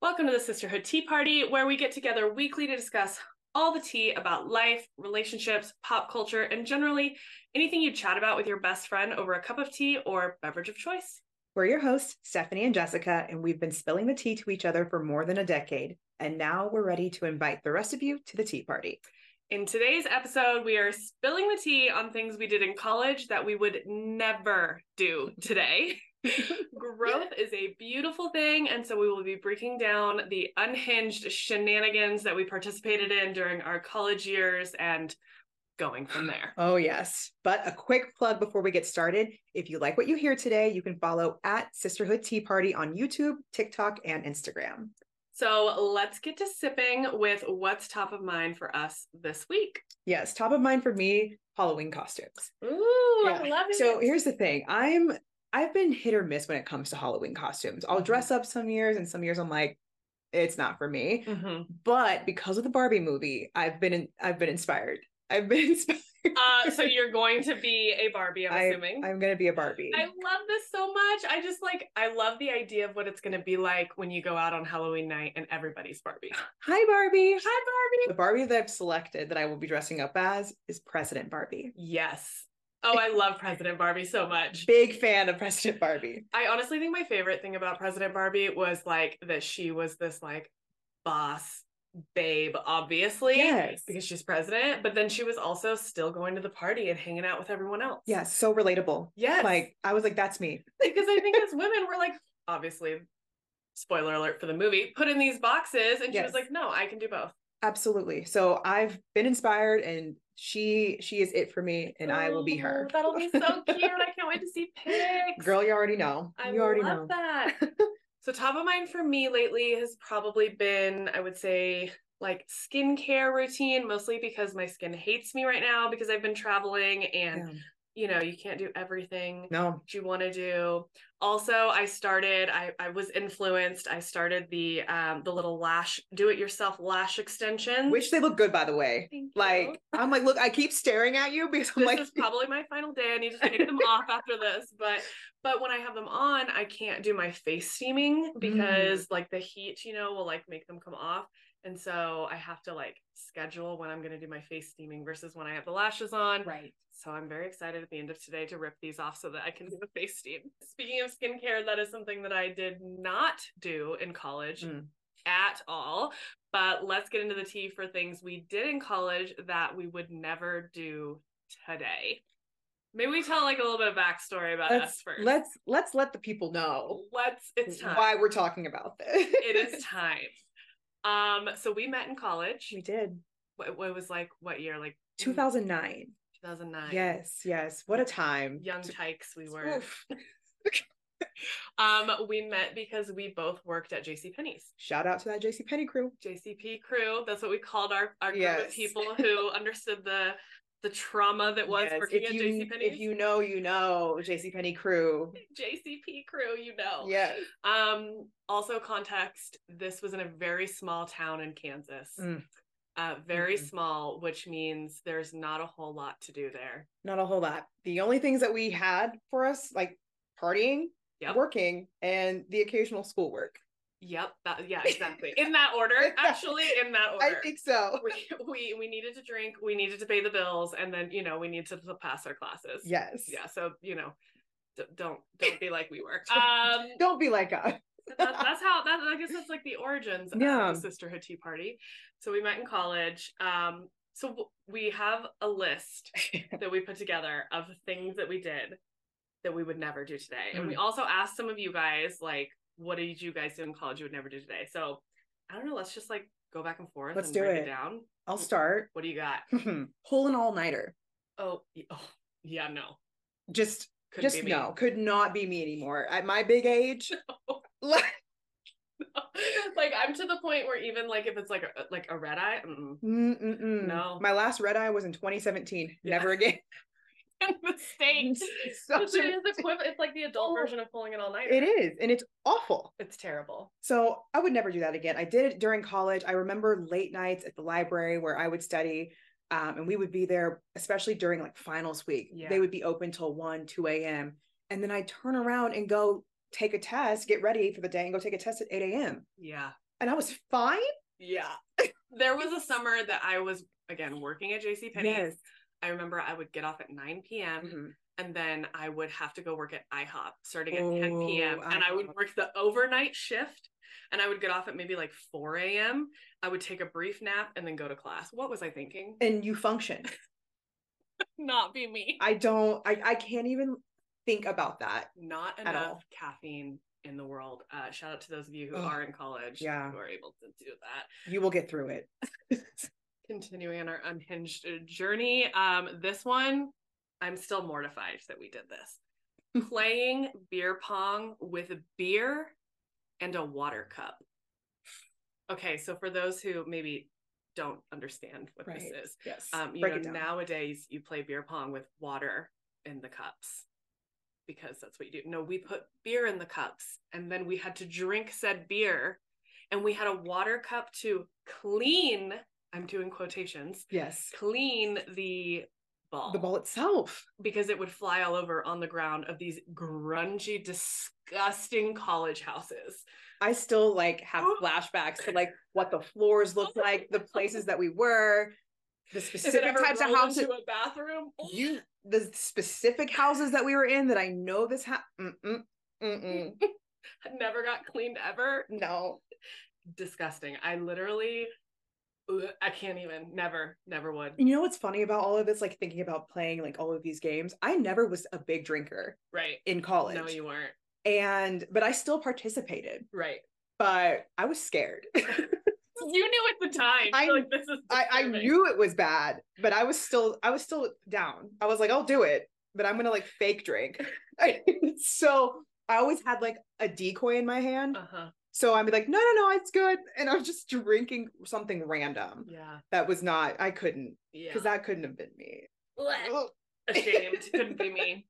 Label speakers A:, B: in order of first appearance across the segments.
A: Welcome to the Sisterhood Tea Party, where we get together weekly to discuss all the tea about life, relationships, pop culture, and generally anything you chat about with your best friend over a cup of tea or beverage of choice.
B: We're your hosts, Stephanie and Jessica, and we've been spilling the tea to each other for more than a decade. And now we're ready to invite the rest of you to the tea party.
A: In today's episode, we are spilling the tea on things we did in college that we would never do today. Growth is a beautiful thing, and so we will be breaking down the unhinged shenanigans that we participated in during our college years and going from there.
B: Oh, yes. But a quick plug before we get started. If you like what you hear today, you can follow at Sisterhood Tea Party on YouTube, TikTok, and Instagram.
A: So let's get to sipping with what's top of mind for us this week.
B: Yes, top of mind for me, Halloween costumes.
A: Ooh,
B: Yeah. So here's the thing. I'm I've been hit or miss when it comes to Halloween costumes. I'll
A: Mhm.
B: dress up some years and some years I'm like, it's not for me.
A: Mhm.
B: But because of the Barbie movie, I've been in, I've been inspired. I've been inspired.
A: Uh, so you're going to be a Barbie, I'm
B: I-
A: assuming.
B: I'm gonna be a Barbie.
A: I love this so much. I just like I love the idea of what it's going to be like when you go out on Halloween night and everybody's Barbie.
B: Hi Barbie.
A: Hi Barbie.
B: The Barbie that I've selected that I will be dressing up as is President Barbie.
A: Yes. Oh, I love President Barbie so much.
B: Big fan of President Barbie.
A: I honestly think my favorite thing about President Barbie was like that she was this like boss babe obviously
B: Yes.
A: because she's president, but then she was also still going to the party and hanging out with everyone else.
B: Yes, so relatable.
A: Yes.
B: Like I was like, that's me.
A: because I think as women, we're like, obviously, spoiler alert for the movie, put in these boxes. And she was
B: Yes.
A: like, no, I can do both.
B: Absolutely. So I've been inspired and she she is it for me and I will be her.
A: Oh, That'll be so cute. I can't wait to see pics.
B: Girl, you already know.
A: I
B: you already
A: love
B: know.
A: that. so top of mind for me lately has probably been, I would say, like skincare routine, mostly because my skin hates me right now because I've been traveling and
B: Yeah.
A: you know, you can't do everything.
B: No.
A: that you want to do. Also, I started. I I was influenced. I started the um the little lash do it yourself lash extensions.
B: Which they look good by the way.
A: Thank you.
B: Like I'm like, look, I keep staring at you because I'm
A: this
B: like
A: is probably my final day. I need to take them off after this. But but when I have them on, I can't do my face steaming
B: Mm.
A: because like the heat, you know, will like make them come off. And so I have to like schedule when I'm going to do my face steaming versus when I have the lashes on.
B: right.
A: So I'm very excited at the end of today to rip these off so that I can do a face steam. Speaking of skincare, that is something that I did not do in college
B: Mm.
A: at all. But let's get into the tea for things we did in college that we would never do today. Maybe we tell like a little bit of backstory about us
B: Let's
A: 1st
B: let's let's let the people know
A: let's it's time.
B: why we're talking about this.
A: It is time. Um, so we met in college.
B: we did.
A: What it was like what year? Like
B: 2009.
A: 2009.
B: Yes, yes. What a time.
A: Young tykes we were.
B: Oof.
A: Um, we met because we both worked at JC Penney's.
B: Shout out to that JC Penny crew.
A: JCP crew. That's what we called our, our group of
B: Yes.
A: people who understood the the trauma that was
B: Yes,
A: working
B: if
A: at
B: you,
A: JC Penney's.
B: If you know, you know JC Penny crew.
A: JCP crew, you know.
B: Yes.
A: Um, also context, this was in a very small town in Kansas.
B: Mm.
A: Uh, very
B: Mhm.
A: small, which means there's not a whole lot to do there.
B: Not a whole lot. The only things that we had for us, like partying,
A: Yep.
B: working, and the occasional schoolwork.
A: Yep. That, yeah, exactly. In that order. Actually, in that order.
B: I think so.
A: we, we we needed to drink, we needed to pay the bills, and then you know we needed to, to pass our classes.
B: Yes.
A: yeah. So you know, d- don't don't be like we were. Um,
B: Don't be like us.
A: that, that's how that I guess that's like the origins
B: Yeah.
A: of the sisterhood tea party. So we met in college. Um, so w- we have a list that we put together of things that we did that we would never do today, and we also asked some of you guys like, what did you guys do in college you would never do today? So I don't know. Let's just like go back and forth.
B: Let's
A: and
B: do
A: break
B: it.
A: down.
B: I'll start.
A: What do you got?
B: Pull an all nighter.
A: Oh, y- oh yeah, no.
B: Just,
A: Couldn't
B: just
A: be me.
B: no. Could not be me anymore at my big age. like,
A: like I'm to the point where even like if it's like a, like a red eye, mm-mm.
B: mm-mm.
A: No.
B: My last red eye was in 2017.
A: Yeah.
B: Never again.
A: mistake.
B: Mm-hmm. Such a-
A: It's like the adult
B: Oh.
A: version of pulling an all nighter.
B: it is, and it's awful.
A: It's terrible.
B: So I would never do that again. I did it during college. I remember late nights at the library where I would study, um, and we would be there, especially during like finals week.
A: Yeah.
B: They would be open till 1, 2 a.m. And then I'd turn around and go take a test, get ready for the day, and go take a test at 8 a.m.
A: Yeah.
B: and I was fine.
A: Yeah. there was a summer that I was again working at JCPenney. I remember I would get off at 9 p.m.
B: Mhm.
A: and then I would have to go work at IHOP starting at 10
B: Oh,
A: p.m. and I would
B: IHOP.
A: work the overnight shift and I would get off at maybe like 4 a.m. I would take a brief nap and then go to class. What was I thinking?
B: And you function.
A: Not be me.
B: I don't. I I can't even think about that.
A: Not
B: At
A: enough
B: all.
A: caffeine in the world. Uh, shout out to those of you who
B: Ugh,
A: are in college
B: yeah.
A: who are able to do that.
B: You will get through it.
A: continuing on our unhinged journey um this one i'm still mortified that we did this playing beer pong with beer and a water cup okay so for those who maybe don't understand what this
B: Right.
A: is
B: Yes.
A: um you
B: Break
A: know
B: it down.
A: nowadays you play beer pong with water in the cups because that's what you do no we put beer in the cups and then we had to drink said beer and we had a water cup to clean i'm doing quotations
B: Yes.
A: clean the ball
B: The ball itself.
A: because it would fly all over on the ground of these grungy disgusting college houses
B: I still like have
A: Oh.
B: flashbacks to like what the floors looked like, the places that we were, the
A: If it
B: specific
A: ever
B: types of
A: rolled
B: houses.
A: into a bathroom
B: You the specific houses that we were in that I know this ha- mm-mm, mm-mm,
A: never got cleaned ever
B: no.
A: disgusting. I literally, ugh, I can't even. Never, never would.
B: You know what's funny about all of this? Like thinking about playing like all of these games. I never was a big drinker
A: Right.
B: in college,
A: No, you weren't.
B: and but I still participated.
A: Right.
B: But I was scared.
A: You knew at the time. I
B: I-
A: like this is.
B: I, I
A: disturbing.
B: knew it was bad, but I was still I was still down. I was like, I'll do it, but I'm gonna like fake drink. so I always had like a decoy in my hand.
A: Uh-huh.
B: So I'd be like, no, no, no, it's good. And I was just drinking something random
A: Yeah.
B: that was not, I couldn't,
A: Yeah. Eh.
B: because that couldn't have been me.
A: Blech.
B: Ugh.
A: Ashamed. Couldn't be me.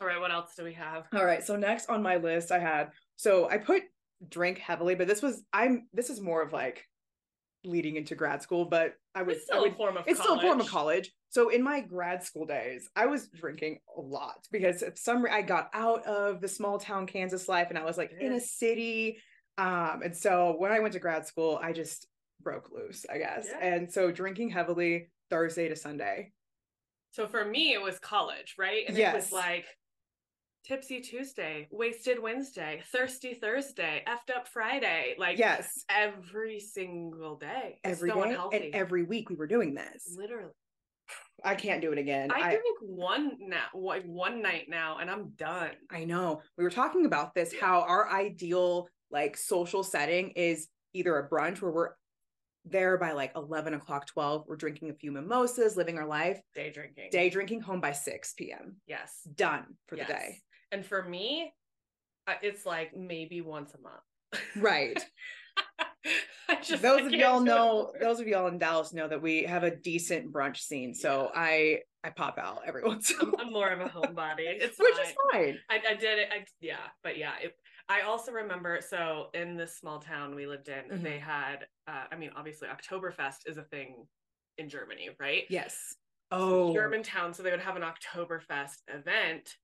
A: All right. What else do we have?
B: All right. So next on my list, I had so I put drink heavily, but this was I'm this is more of like leading into grad school, but I would
A: It's still
B: I would
A: a form of.
B: it's still a form of
A: college.
B: college. So in my grad school days, I was drinking a lot because of some I got out of the small town Kansas life and I was like in
A: Yeah.
B: a city. Um, and so when I went to grad school, I just broke loose, I guess.
A: Yeah.
B: And so drinking heavily Thursday to Sunday.
A: So for me, it was college, right? And it
B: Yes.
A: was like. Tipsy Tuesday, Wasted Wednesday, Thirsty Thursday, Effed Up Friday, like
B: yes,
A: every single day. It's
B: every
A: so
B: day
A: unhealthy.
B: and every week we were doing this.
A: literally.
B: I can't do it again.
A: I
B: I,
A: drink one now, like one night now, and I'm done.
B: I know. We were talking about this how our ideal like social setting is either a brunch where we're there by like 11 o'clock, 12. We're drinking a few mimosas, living our life,
A: Day drinking.
B: day drinking home by 6 p.m.
A: Yes.
B: Done for
A: yes.
B: the day.
A: And for me, I- it's like maybe once a month.
B: Right.
A: I just I
B: those of
A: can't
B: y'all
A: do it
B: know,
A: over.
B: those of y'all in Dallas know that we have a decent brunch scene. So
A: Yeah.
B: I I pop out every once in a
A: I'm,
B: while,
A: I'm more of a homebody. It's
B: which
A: fine.
B: is fine.
A: I, I did it. I, yeah, but yeah, it, I also remember. So in this small town we lived in,
B: Mhm.
A: they had. Uh, I mean, obviously, Oktoberfest is a thing in Germany, right?
B: Yes. Oh,
A: German town. So they would have an Oktoberfest event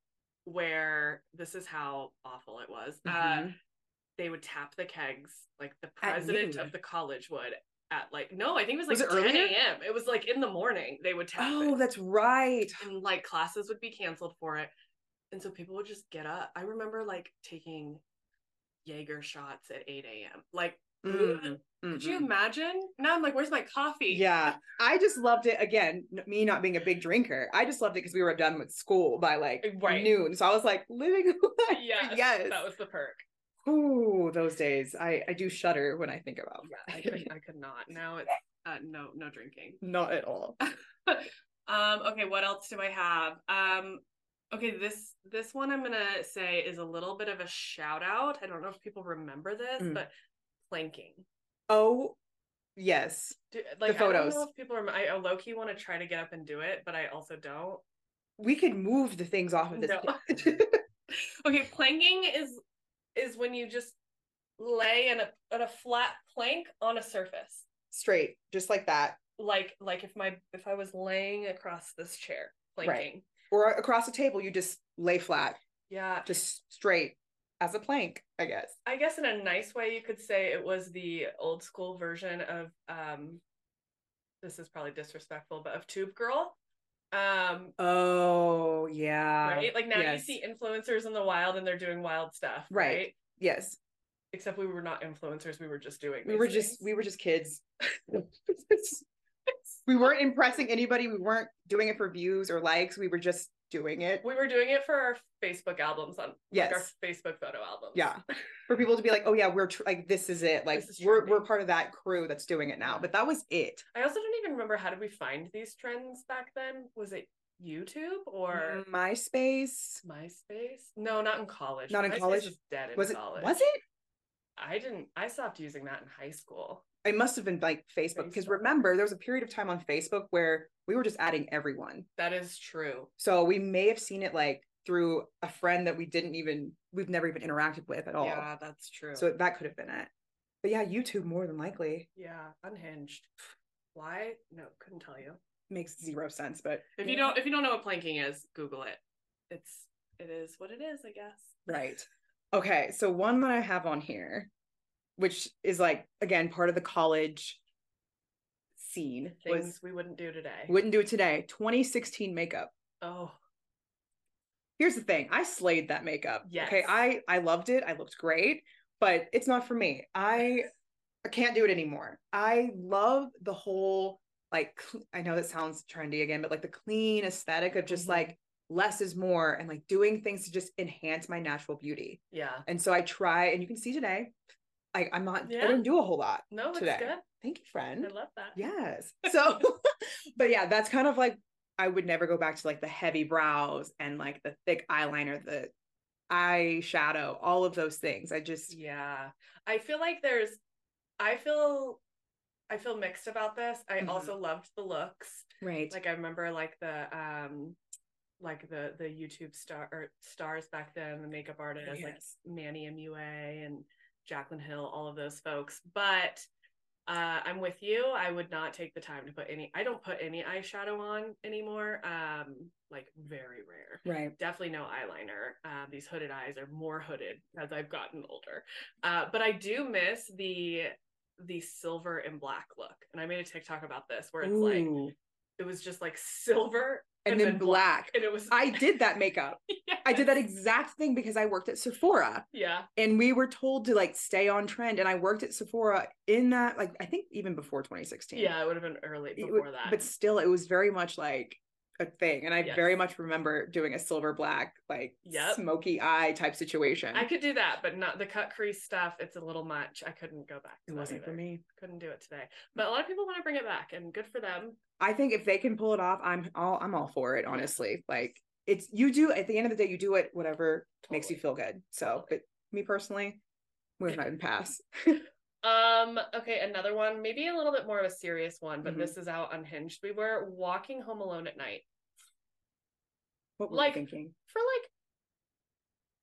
A: where this is how awful it was. Uh,
B: mhm.
A: they would tap the kegs, like the
B: At
A: president
B: noon.
A: of the college would at like no, I think it was
B: Was
A: like
B: it
A: 10
B: earlier?
A: a.m. It was like in the morning they would tap
B: oh,
A: it.
B: that's right.
A: and like classes would be canceled for it. And so people would just get up. I remember like taking Jaeger shots at 8 a.m. Like
B: Mm,
A: could Mm-hmm. you
B: mhm.
A: imagine? Now I'm like, where's my coffee?
B: Yeah, I just loved it. Again, n- me not being a big drinker, I just loved it because we were done with school by like
A: Uh, Right.
B: noon. So I was like living. Life.
A: Yes,
B: Yes.
A: That was the perk.
B: Ooh, those days. I I do shudder when I think about.
A: yeah, I
B: That.
A: could, I could not. Now it's uh, no, no drinking.
B: not at all.
A: Um, okay, what else do I have? Um, okay, this this one I'm gonna say is a little bit of a shout out. I don't know if people remember this,
B: Mm.
A: but planking.
B: Oh, yes.
A: Do, like I
B: photos.
A: don't know if people remember. I low key want to try to get up and do it, but I also don't.
B: We could move the things off of this.
A: No.
B: page.
A: Okay, planking is is when you just lay in a on a flat plank on a surface.
B: Straight, just like that,
A: Like like if my if I was laying across this chair,
B: Right.
A: planking.
B: or across the table, you just lay flat,
A: Yeah,
B: just straight. as a plank, I guess.
A: I guess in a nice way, you could say it was the old school version of um, this is probably disrespectful, but of Tube Girl. Um,
B: Oh, yeah.
A: right? Like now
B: yes.
A: you see influencers in the wild and they're doing wild stuff,
B: Right.
A: right?
B: Yes.
A: Except we were not influencers; we were just doing.
B: We
A: these
B: were just
A: things.
B: we were just kids. we weren't impressing anybody. We weren't doing it for views or likes. We were just doing it.
A: we were doing it for our Facebook albums on like our
B: Yes.
A: Facebook photo albums.
B: Yeah. For people to be like, "Oh yeah, we're tr- like this is it. Like
A: This is
B: we're
A: trendy.
B: we're part of that crew that's doing it now." But that was it.
A: I also don't even remember how did we find these trends back then? Was it YouTube or
B: Mm. MySpace
A: MySpace? No, not in college.
B: Not in
A: MySpace
B: college?
A: is dead in
B: was it
A: college.
B: was it?
A: I didn't. I stopped using that in high school.
B: It must have been like Facebook because
A: Facebook.
B: remember there was a period of time on Facebook where we were just adding everyone.
A: That is true.
B: So we may have seen it like through a friend that we didn't even we've never even interacted with at all.
A: Yeah, that's true.
B: So that could have been it. But yeah, YouTube more than likely
A: yeah, unhinged. Why? No, couldn't tell you.
B: makes zero sense. But
A: If you don't, if you don't know what planking is, Google it. It's it is what it is, I guess.
B: right. Okay. So one that I have on here, which is like again part of the college scene,
A: Things
B: was
A: we wouldn't do today.
B: wouldn't do it today. 2016 makeup.
A: oh,
B: Here's the thing. I slayed that makeup. Okay.
A: Yes.
B: I I loved it. I looked great, but it's not for me. I I can't do it anymore. I love the whole like cl- I know that sounds trendy again, but like the clean aesthetic of just
A: Mhm.
B: like less is more and like doing things to just enhance my natural beauty.
A: yeah.
B: And so I try, and you can see today, I, I'm not I
A: Yeah.
B: don't do a whole lot.
A: No, that's
B: Today. Mm-hmm.
A: good.
B: Thank you, friend.
A: I love that.
B: Yes. So, but yeah, that's kind of like I would never go back to like the heavy brows and like the thick eyeliner, the eyeshadow, all of those things. I just
A: Yeah. I feel like there's I feel I feel mixed about this. I
B: Mhm.
A: also loved the looks.
B: right.
A: Like I remember like the um like the the YouTube star or stars back then, the makeup artists like
B: Yes.
A: Manny MUA and Jaclyn Hill, all of those folks. But uh I'm with you. I would not take the time to put any I don't put any eyeshadow on anymore. Um like very rare
B: right.
A: definitely no eyeliner. Um, these hooded eyes are more hooded as I've gotten older. Uh, but I do miss the the silver and black look. And I made a TikTok about this where it's like
B: Ooh.
A: it was just like silver
B: and, then, black.
A: and it was
B: I did that makeup. I did that exact thing because I worked at Sephora
A: yeah
B: and we were told to like stay on trend. And I worked at Sephora in that, like, I think even before 2016.
A: yeah it would have been early
B: It wa-
A: before that.
B: But still, it was very much like a thing. And I
A: Yes.
B: very much remember doing a silver black, like
A: Yep.
B: smoky eye type situation.
A: I could do that, but not the cut crease stuff. It's a little much. I couldn't go back. To
B: it
A: that
B: wasn't for
A: either.
B: me.
A: Couldn't do it today. But a lot of people want to bring it back, and good for them.
B: I think if they can pull it off, I'm all I'm all for it, honestly. Like it's you do at the end of the day, you do it whatever makes you
A: Totally.
B: feel good. So but me personally, we're not in pass.
A: Um, okay, another one, maybe a little bit more of a serious one, but
B: Mhm.
A: this is how unhinged we were walking home alone at night
B: What were
A: Like-
B: you thinking?
A: for like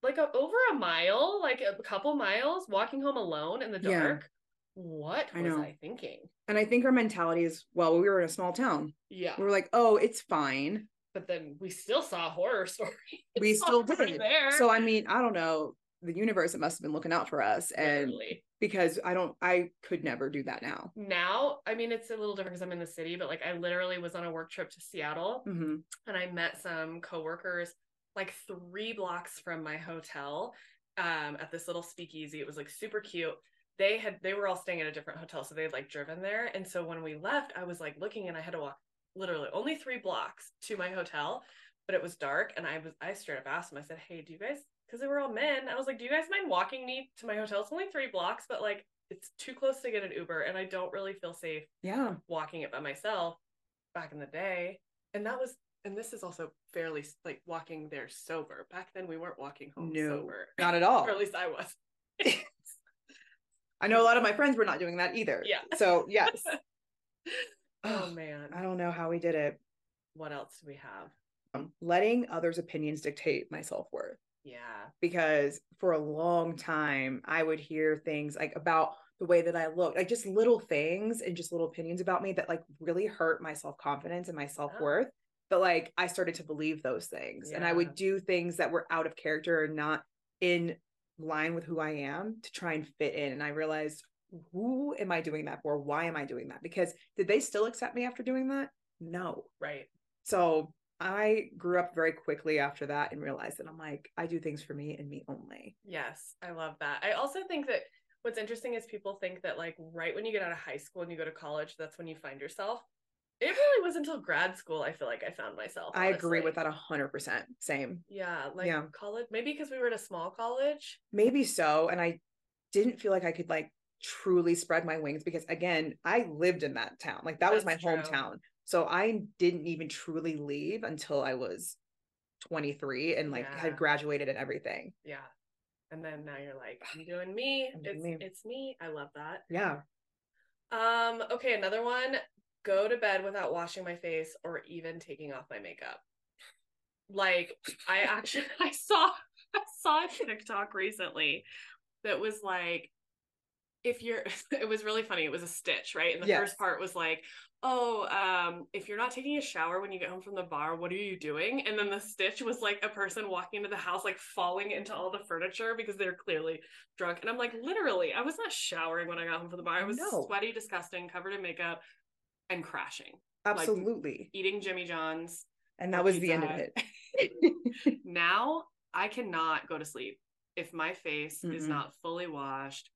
A: like a, over a mile, like a couple miles, walking home alone in the
B: Yeah.
A: dark. What
B: I
A: was
B: know.
A: I thinking?
B: And I think our mentality is well, we were in a small town.
A: Yeah.
B: We were like, oh, it's fine.
A: But then we still saw horror stories.
B: We still
A: over
B: did.
A: there.
B: So I mean, I don't know. The universe it must have been looking out for us. And
A: Literally.
B: because I don't I could never do that now.
A: now, I mean it's a little different because I'm in the city, but like I literally was on a work trip to Seattle
B: Mm-hmm.
A: and I met some coworkers like three blocks from my hotel um, at this little speakeasy. It was like super cute. They had they were all staying at a different hotel, so they had like driven there. And so when we left, I was like looking, and I had to walk literally only three blocks to my hotel, but it was dark, and I was I straight up asked them. I said, "Hey, do you guys?" Because they were all men. I was like, "Do you guys mind walking me to my hotel? It's only three blocks, but like it's too close to get an Uber, and I don't really feel safe."
B: Yeah.
A: walking it by myself back in the day and that was and this is also fairly s- like walking there sober back then we weren't walking home
B: No.
A: sober
B: Not at all.
A: or at least i was
B: I know a lot of my friends were not doing that either.
A: Yeah.
B: So yes.
A: oh
B: Ugh,
A: man
B: I don't know how we did it.
A: what else do we have
B: Um, letting others' opinions dictate my self worth.
A: yeah
B: Because for a long time, I would hear things like about the way that I look, like just little things and just little opinions about me that like really hurt my self confidence and my self worth. But like I started to believe those things and I
A: Yeah.
B: would do things that were out of character and not in line with who I am to try and fit in. And I realized, who am I doing that for? Why am I doing that? Because did they still accept me after doing that? No.
A: Right.
B: So I grew up very quickly after that and realized that I'm like, I do things for me and me only.
A: Yes. I love that. I also think that what's interesting is people think that, like, right when you get out of high school and you go to college, that's when you find yourself. It really was until grad school, I feel like I found myself.
B: I agree
A: honestly.
B: with that 100%. Same.
A: Yeah. Like
B: Yeah.
A: college, maybe because we were at a small college.
B: Maybe so. And I didn't feel like I could like truly spread my wings because, again, I lived in that town. Like that was my
A: That's true.
B: hometown. So I didn't even truly leave until I was 23 and like
A: Yeah.
B: had graduated and everything.
A: Yeah. And then now you're like, I'm doing me.
B: I'm doing
A: It's
B: me.
A: it's me. I love that.
B: Yeah.
A: Um, okay, another one. Go to bed without washing my face or even taking off my makeup. Like I actually I saw I saw a TikTok recently that was like if you're it was really funny. It was a stitch, right? And the
B: Yes.
A: first part was like, "Oh, um if you're not taking a shower when you get home from the bar, what are you doing?" And then the stitch was like a person walking into the house like falling into all the furniture because they're clearly drunk. And I'm like, "Literally, I was not showering when I got home from the bar. I was
B: No.
A: sweaty, disgusting, covered in makeup and crashing,
B: Absolutely.
A: eating Jimmy John's."
B: and
A: or
B: that was the end of
A: Pizza
B: it.
A: now I cannot go to sleep if my face is
B: Mm-mm.
A: not fully washed,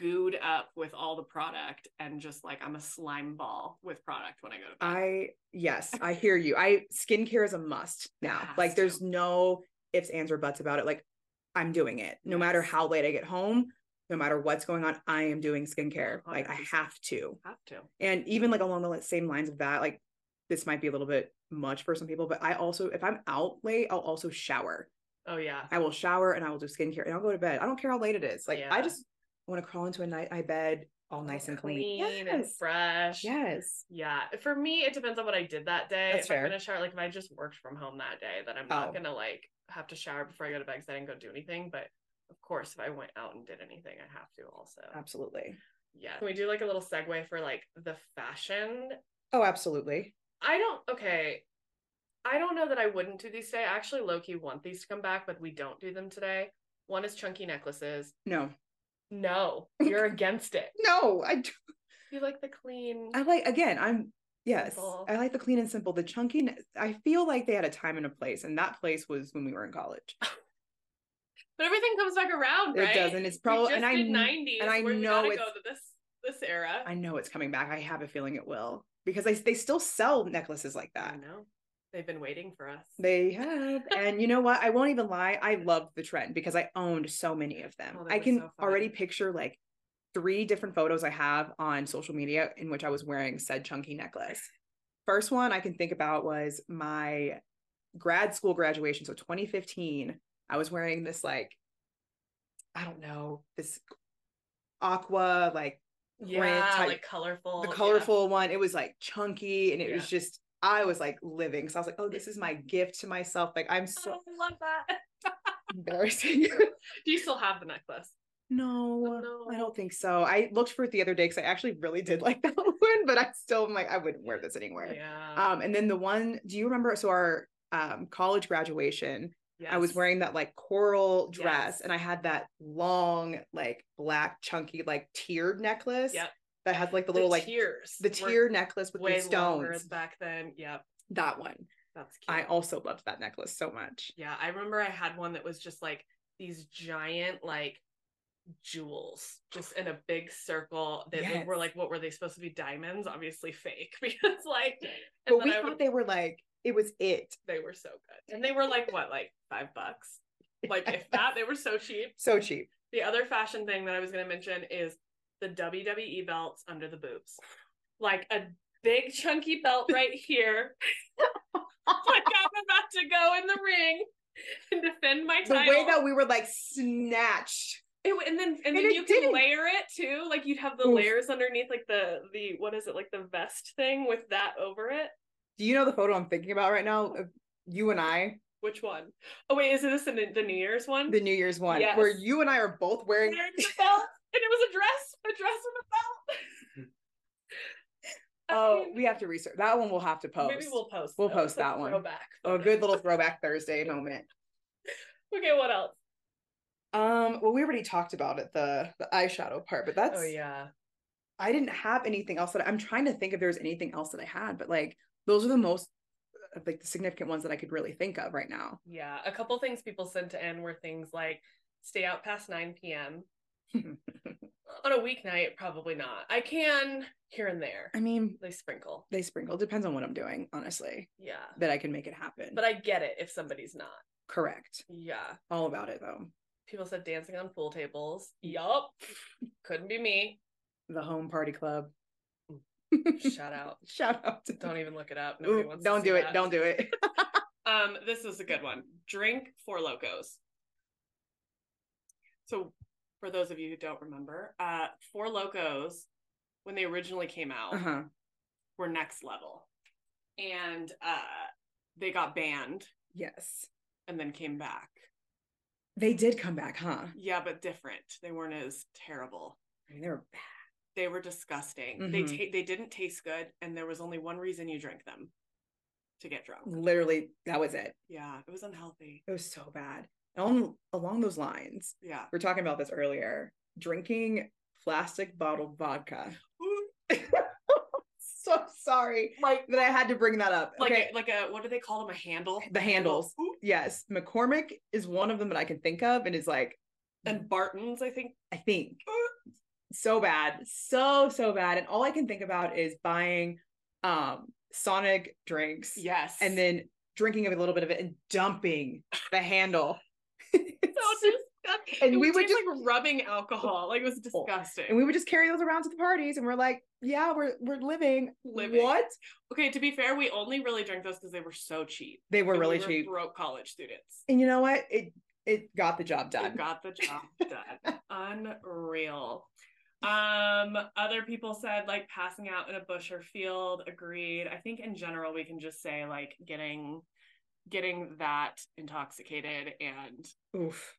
A: gooed up with all the product, and just like I'm a slime ball with product when I go to bed.
B: I yes, I hear you. I skincare is a must now.
A: has
B: Like there's
A: to.
B: no ifs, ands, or buts about it. Like I'm doing it. No matter
A: Yes.
B: how late I get home, no matter what's going on, I am doing skincare. Like I
A: 100%.
B: have to.
A: have to.
B: And even like along the same lines of that, like this might be a little bit much for some people, but I also if I'm out late, I'll also shower.
A: Oh yeah.
B: I will shower and I will do skincare and I'll go to bed. I don't care how late it is. Like
A: Yeah.
B: I just want to crawl into a night I bed all nice and clean.
A: Clean and
B: Yes.
A: fresh.
B: Yes.
A: Yeah. For me, it depends on what I did that day.
B: That's
A: if
B: fair.
A: I'm gonna shower, like if I just worked from home that day, then I'm not
B: Oh.
A: gonna like have to shower before I go to bed because I didn't go do anything. But of course, if I went out and did anything, I have to also.
B: Oh. Absolutely.
A: Yeah. Can we do like a little segue for like the fashion
B: Oh, absolutely.
A: I don't okay. I don't know that I wouldn't do these today. I actually low key want these to come back, but we don't do them today. One is chunky necklaces.
B: No.
A: No, you're against it.
B: No, I do-
A: You like the clean.
B: I like again, I'm yes.
A: Simple.
B: I like the clean and simple. The chunky ne- I feel like they had a time and a place, and that place was when we were in college.
A: But everything comes back around, right?
B: It doesn't. It's
A: We
B: probably
A: just
B: and I
A: did
B: kn-
A: 90s
B: and I
A: where we
B: know
A: gotta
B: it's-
A: go to this this era.
B: I know it's coming back. I have a feeling it will. Because I, they still sell necklaces like
A: I
B: that.
A: know. They've been waiting for us.
B: They have. and you know what? I won't even lie. I loved the trend because I owned so many of them.
A: Oh, they
B: I
A: were
B: can
A: so fun.
B: already picture like three different photos I have on social media in which I was wearing said chunky necklace. First one I can think about was my grad school graduation. So 2015, I was wearing this like, I don't know, this aqua, like
A: yeah,
B: type-
A: like colorful.
B: the
A: Oh, yeah.
B: colorful one. It was like chunky and it
A: Yeah.
B: was just, I was like living. So I was like, oh, this is my gift to myself. Like I'm so
A: Oh, I love that.
B: embarrassing.
A: Do you still have the necklace?
B: no,
A: Oh, no.
B: I don't think so. I looked for it the other day because I actually really did like that one, but I still am like, I wouldn't wear this anywhere.
A: Yeah.
B: Um, and then the one, do you remember? So our um, college graduation, I was
A: yes.
B: wearing that like coral dress
A: Yes.
B: and I had that long, like black, chunky, like tiered necklace
A: Yep.
B: that had like the
A: the
B: little like
A: tears.
B: the
A: were
B: tier necklace with
A: way
B: the
A: longer
B: stones.
A: back then. Yep,
B: That one.
A: that's cute.
B: I also loved that necklace so much.
A: yeah, I remember I had one that was just like these giant like jewels, just in a big circle that they were
B: Yes.
A: like, what were they supposed to be? Diamonds, obviously fake because like, and
B: But
A: then
B: we
A: I
B: thought
A: would,
B: they were like, it was it.
A: they were so good, and they were like what, like five bucks, like if that, they were so cheap.
B: So cheap.
A: The other fashion thing that I was going to mention is the WWE belts under the boobs. Like a big chunky belt right here. like I'm about to go in the ring and defend my
B: the
A: title.
B: way that we were like snatched.
A: It- Mm. and then and
B: And
A: then
B: it
A: you can
B: didn't-
A: layer it too. Like you'd have the
B: Oof.
A: layers underneath like the the what is it like the vest thing with that over it.
B: Do you know the photo I'm thinking about right now? Of you and I,
A: Which one? Oh wait, is this in the, the New Year's one?
B: the New Year's one, where
A: Yes.
B: you and I are both wearing.
A: Wearing the belt. And it was a dress, a dress with a belt. I
B: Oh,
A: mean-
B: we have to research that one. We'll have to post.
A: Maybe we'll post.
B: We'll
A: those.
B: post
A: That's
B: that one.
A: Throwback.
B: Oh, a good little throwback Thursday moment.
A: Okay, what else?
B: Um, well, we already talked about it, the the eyeshadow part, but that's
C: oh yeah.
B: I didn't have anything else that I'm trying to think if there's anything else that I had, but like those are the most uh, like the significant ones that I could really think of right now.
A: Yeah, a couple things people sent to N were things like stay out past 9 p.m. On a weeknight, probably not. I can here and there.
B: I mean,
A: They sprinkle.
B: they sprinkle. Depends on what I'm doing, honestly.
A: Yeah.
B: That I can make it happen.
A: But I get it if somebody's not.
B: correct.
A: Yeah.
B: All about it though.
A: People said dancing on pool tables. Yup. Couldn't be me.
B: The home party club.
A: Shout out.
B: Shout out to
A: Don't even look it up. Nobody
B: Ooh,
A: wants to
B: don't
A: see
B: do it.
A: that.
B: Don't do it.
A: Um, this is a good one. Drink four locos. So, for those of you who don't remember, uh, four locos, when they originally came out,
B: Uh-huh.
A: were next level, and uh, they got banned
B: Yes.
A: and then came back.
B: They did come back, huh?
A: Yeah, but different. They weren't as terrible.
B: I mean, they were
A: They were disgusting. They
B: Mhm.
A: ta- they didn't taste good, and there was only one reason you drank them, to get
B: Mm.
A: drunk.
B: literally that was it.
A: Yeah, it was unhealthy.
B: It was so bad. Along along those lines,
A: Yeah.
B: we we're talking about this earlier. Drinking plastic bottled vodka. so sorry
A: Like
B: that I had to bring that up.
A: like
B: okay.
A: a, like a what do they call them? A handle.
B: the handles.
A: Ooh.
B: Yes, McCormick is one of them that I can think of, and is like
A: and Barton's, I think.
B: I think so bad, so so bad, and all I can think about is buying um Sonic drinks
A: Yes.
B: and then drinking a little bit of it and dumping the handle.
A: so disgusting.
B: And
A: It
B: we
A: would
B: would
A: taste like rubbing alcohol. Like it was
B: Awful.
A: disgusting.
B: and we would just carry those around to the parties, and we're like, yeah, we're we're living.
A: Living.
B: What?
A: okay, to be fair, we only really drank those because they were so cheap.
B: They were
A: And we
B: really cheap,
A: Broke college students.
B: and you know what? It it got the job
A: It
B: done.
A: got the job done. Unreal. Um, other people said like passing out in a bush or field. Agreed. I think in general we can just say like getting getting that intoxicated and
B: Oof.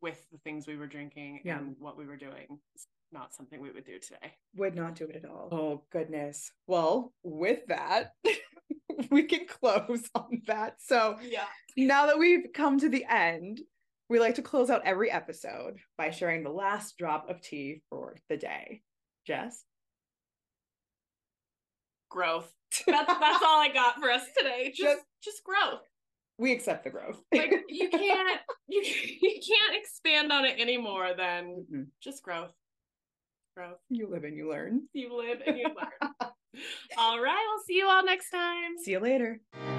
A: with the things we were drinking
B: Yeah.
A: and what we were doing is not something we would do today.
B: Would not do it at all. Oh, goodness. Well, with that, we can close on that. So
A: Oh, Yeah.
B: now that we've come to the end, we like to close out every episode by sharing the last drop of tea for the day. Jess?
A: Growth. That's that's all I got for us today. Just
B: Just-
A: just growth.
B: We accept the growth.
A: Like you can't you you can't expand on it any more than
B: Mhm.
A: just growth. Growth.
B: you live and you learn.
A: You live and you learn. all right, I'll see you all next time.
B: See you later.
A: you.